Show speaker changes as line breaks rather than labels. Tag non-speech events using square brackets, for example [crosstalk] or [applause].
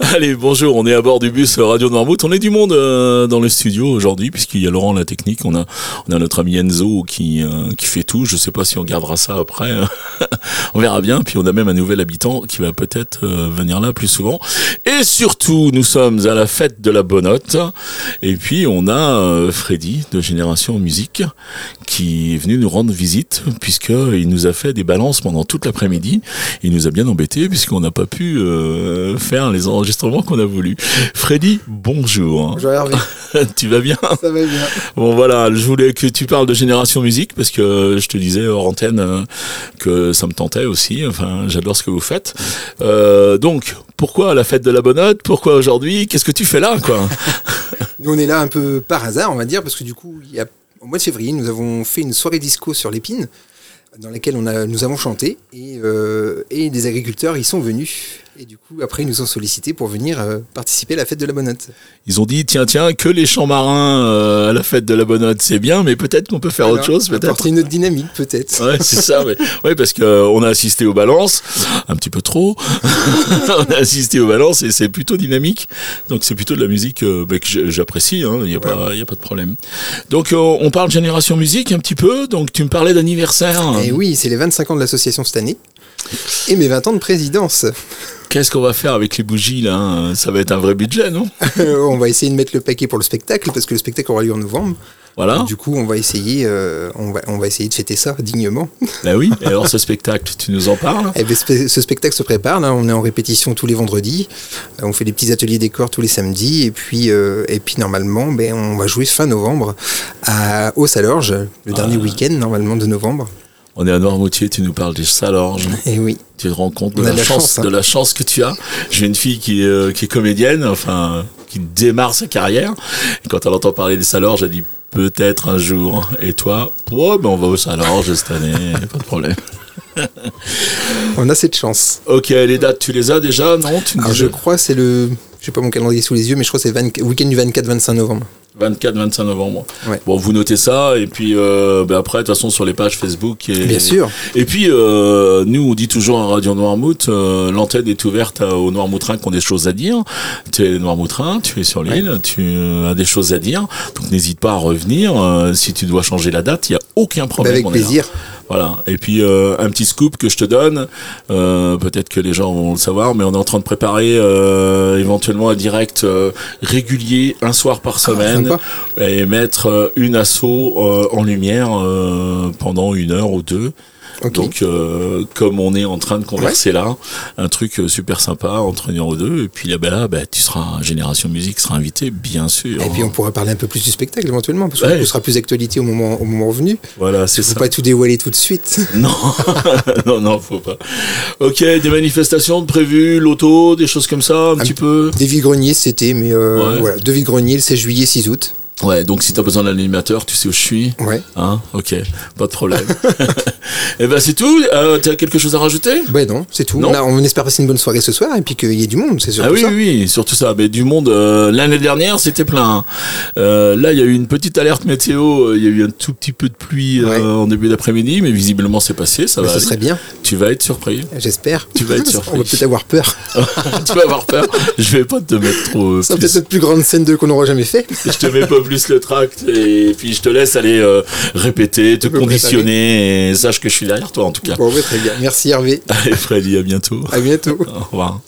Allez, bonjour, on est à bord du bus Radio Noirmouth. On est du monde euh, dans le studio aujourd'hui, puisqu'il y a Laurent la technique, on a, on a notre ami Enzo qui, euh, qui fait tout. Je sais pas si on gardera ça après. hein. [laughs] on verra bien. Puis on a même un nouvel habitant qui va peut-être euh, venir là plus souvent. Et surtout, nous sommes à la fête de la Bonotte. Et puis on a euh, Freddy de Génération Musique qui est venu nous rendre visite, puisqu'il nous a fait des balances pendant toute l'après-midi. Il nous a bien embêtés, puisqu'on n'a pas pu euh, faire les enregistrements qu'on a voulu. Freddy, bonjour. [laughs]
Bonjour Hervé,
tu vas bien
ça va bien.
Bon voilà, je voulais que tu parles de Génération Musique parce que je te disais hors antenne euh, que ça me tentait aussi. Enfin, j'adore ce que vous faites. Euh, donc, pourquoi la fête de la Bonnotte Pourquoi aujourd'hui Qu'est-ce que tu fais là, quoi
Nous on est là un peu par hasard, on va dire, parce que du coup, il y a, au mois de février, nous avons fait une soirée disco sur l'épine, dans laquelle on a, nous avons chanté, et, euh, et des agriculteurs y sont venus. Et du coup, après, ils nous ont sollicités pour venir euh, participer à la fête de la Bonnotte.
Ils ont dit tiens, tiens, que les champs marins euh, à la fête de la Bonnotte, c'est bien, mais peut-être qu'on peut faire autre
Alors,
chose, peut-être.
Apporter une autre dynamique, peut-être.
[laughs] Ouais, c'est ça. Ouais. Ouais, parce que euh, on a assisté aux balances, un petit peu trop. [laughs] on a assisté aux balances et c'est plutôt dynamique. Donc c'est plutôt de la musique euh, bah, que j'- j'apprécie. hein. Il n'y a pas, il y a pas de problème. Donc euh, on parle génération musique un petit peu. Donc tu me parlais d'anniversaire.
Et Eh oui, c'est les 25 ans de l'association cette année. Et mes 20 ans
[laughs]
de présidence.
Qu'est-ce qu'on va faire avec les bougies là hein Ça va être un vrai budget, non
Euh, on va essayer de mettre le paquet pour le spectacle, parce que le spectacle aura lieu en novembre. [laughs]
Voilà.
Du coup, on va essayer, euh, on va, on va essayer de fêter ça dignement.
Bah oui. Et alors ce spectacle, tu nous en parles
Eh ben, ce ce spectacle se prépare, là, on est en répétition tous les vendredis, Euh, on fait des petits ateliers décors tous les samedis, et puis, euh, et puis normalement, ben, on va jouer fin novembre à Haute-Salorge, le dernier
Ah.
week-end normalement de novembre.
On est à Noirmoutier. Tu nous parles des salorges.
Et oui,
tu te rends compte de
On a
la,
de la
chance,
chance, hein.
de la chance que tu as. J'ai une fille qui, est, euh, qui est comédienne, enfin qui démarre sa carrière. Et quand elle entend parler des salorges, elle dit peut-être un jour. Et toi, ouais, ben on va aux salorges cette
[laughs]
année, pas de problème.
on a cette chance.
Ok, les dates, tu les as déjà Non, tu me
Alors,
dis
Ah, je crois c'est le, j'ai pas mon calendrier sous les yeux, mais je crois c'est le 20 week-end du 24-25 novembre.
24-25 novembre.
Ouais.
Bon, vous notez ça et puis euh, ben après, de toute façon, sur les pages Facebook. Et,
Bien sûr.
Et puis, euh, nous, on dit toujours à Radio Noirmouth, euh, l'antenne est ouverte à- aux Noirmoutrins qui ont des choses à dire. Tu es Noirmoutrin, tu es sur l'île, tu euh, as des choses à dire. Donc, n'hésite pas à revenir. Euh, si tu dois changer la date, il n'y a aucun
Ben,
problème.
avec
on est là.
plaisir.
Voilà. Et puis euh, un petit scoop que je te donne. euh, Peut-être que les gens vont le savoir, mais on est en train de préparer euh, éventuellement un direct euh, régulier, un soir par semaine,
Ah, sympa.
et mettre euh, une asso euh, en lumière euh, pendant une heure ou deux.
Ok.
Donc, euh, comme on est en train de converser là, un truc euh, super sympa entre une heure ou deux. Et puis là, ben là, ben, tu seras Génération Musique sera invité, bien sûr.
Et puis on pourra parler un peu plus du spectacle éventuellement, parce que
Ouais.
ce sera plus d'actualité au moment, au moment venu.
Voilà, c'est
Faut
ça.
pas tout dévoiler tout de suite. [laughs]
Non, [laughs] non, non, faut pas. Ok, des manifestations de prévues, l'auto, des choses comme ça, un petit peu.
Des Grenier c'était, mais euh,
Ouais.
voilà, De Grenier le 16 juillet, 6 août.
Ouais, donc si t'as besoin d'un animateur, tu sais où je suis.
Ouais.
Hein Ok, pas de
[laughs]
problème. [laughs] Eh ben c'est tout. Euh, t'as quelque chose à rajouter
Ben non, c'est tout.
Non.
On, a- on espère passer une bonne soirée ce soir et puis qu'il y ait du monde, c'est sûr.
Ah oui, oui, oui, surtout ça. Mais du monde, euh, l'année dernière, c'était plein. Euh, là, il y a eu une petite alerte météo. euh, Il y a eu un tout petit peu de pluie euh,
Ouais.
en début d'après-midi, mais visiblement, c'est passé. Ça va.
ce
aller.
serait bien,
Tu vas être surpris. [laughs] Ah
j'espère.
bah, Tu vas être
[laughs] On
surpris.
va peut-être avoir peur.
tu vas avoir peur. Je vais pas te mettre trop. euh,
C'est
plus.
peut-être notre plus grande scène 2 qu'on n'aura jamais fait.
je te mets pas plus le tract et puis je te laisse aller euh, répéter, te
peux
conditionner et sache que je suis derrière toi en tout cas.
Bon, ouais, très bien. Merci Hervé.
Allez Freddy, à bientôt.
À bientôt.
Au revoir.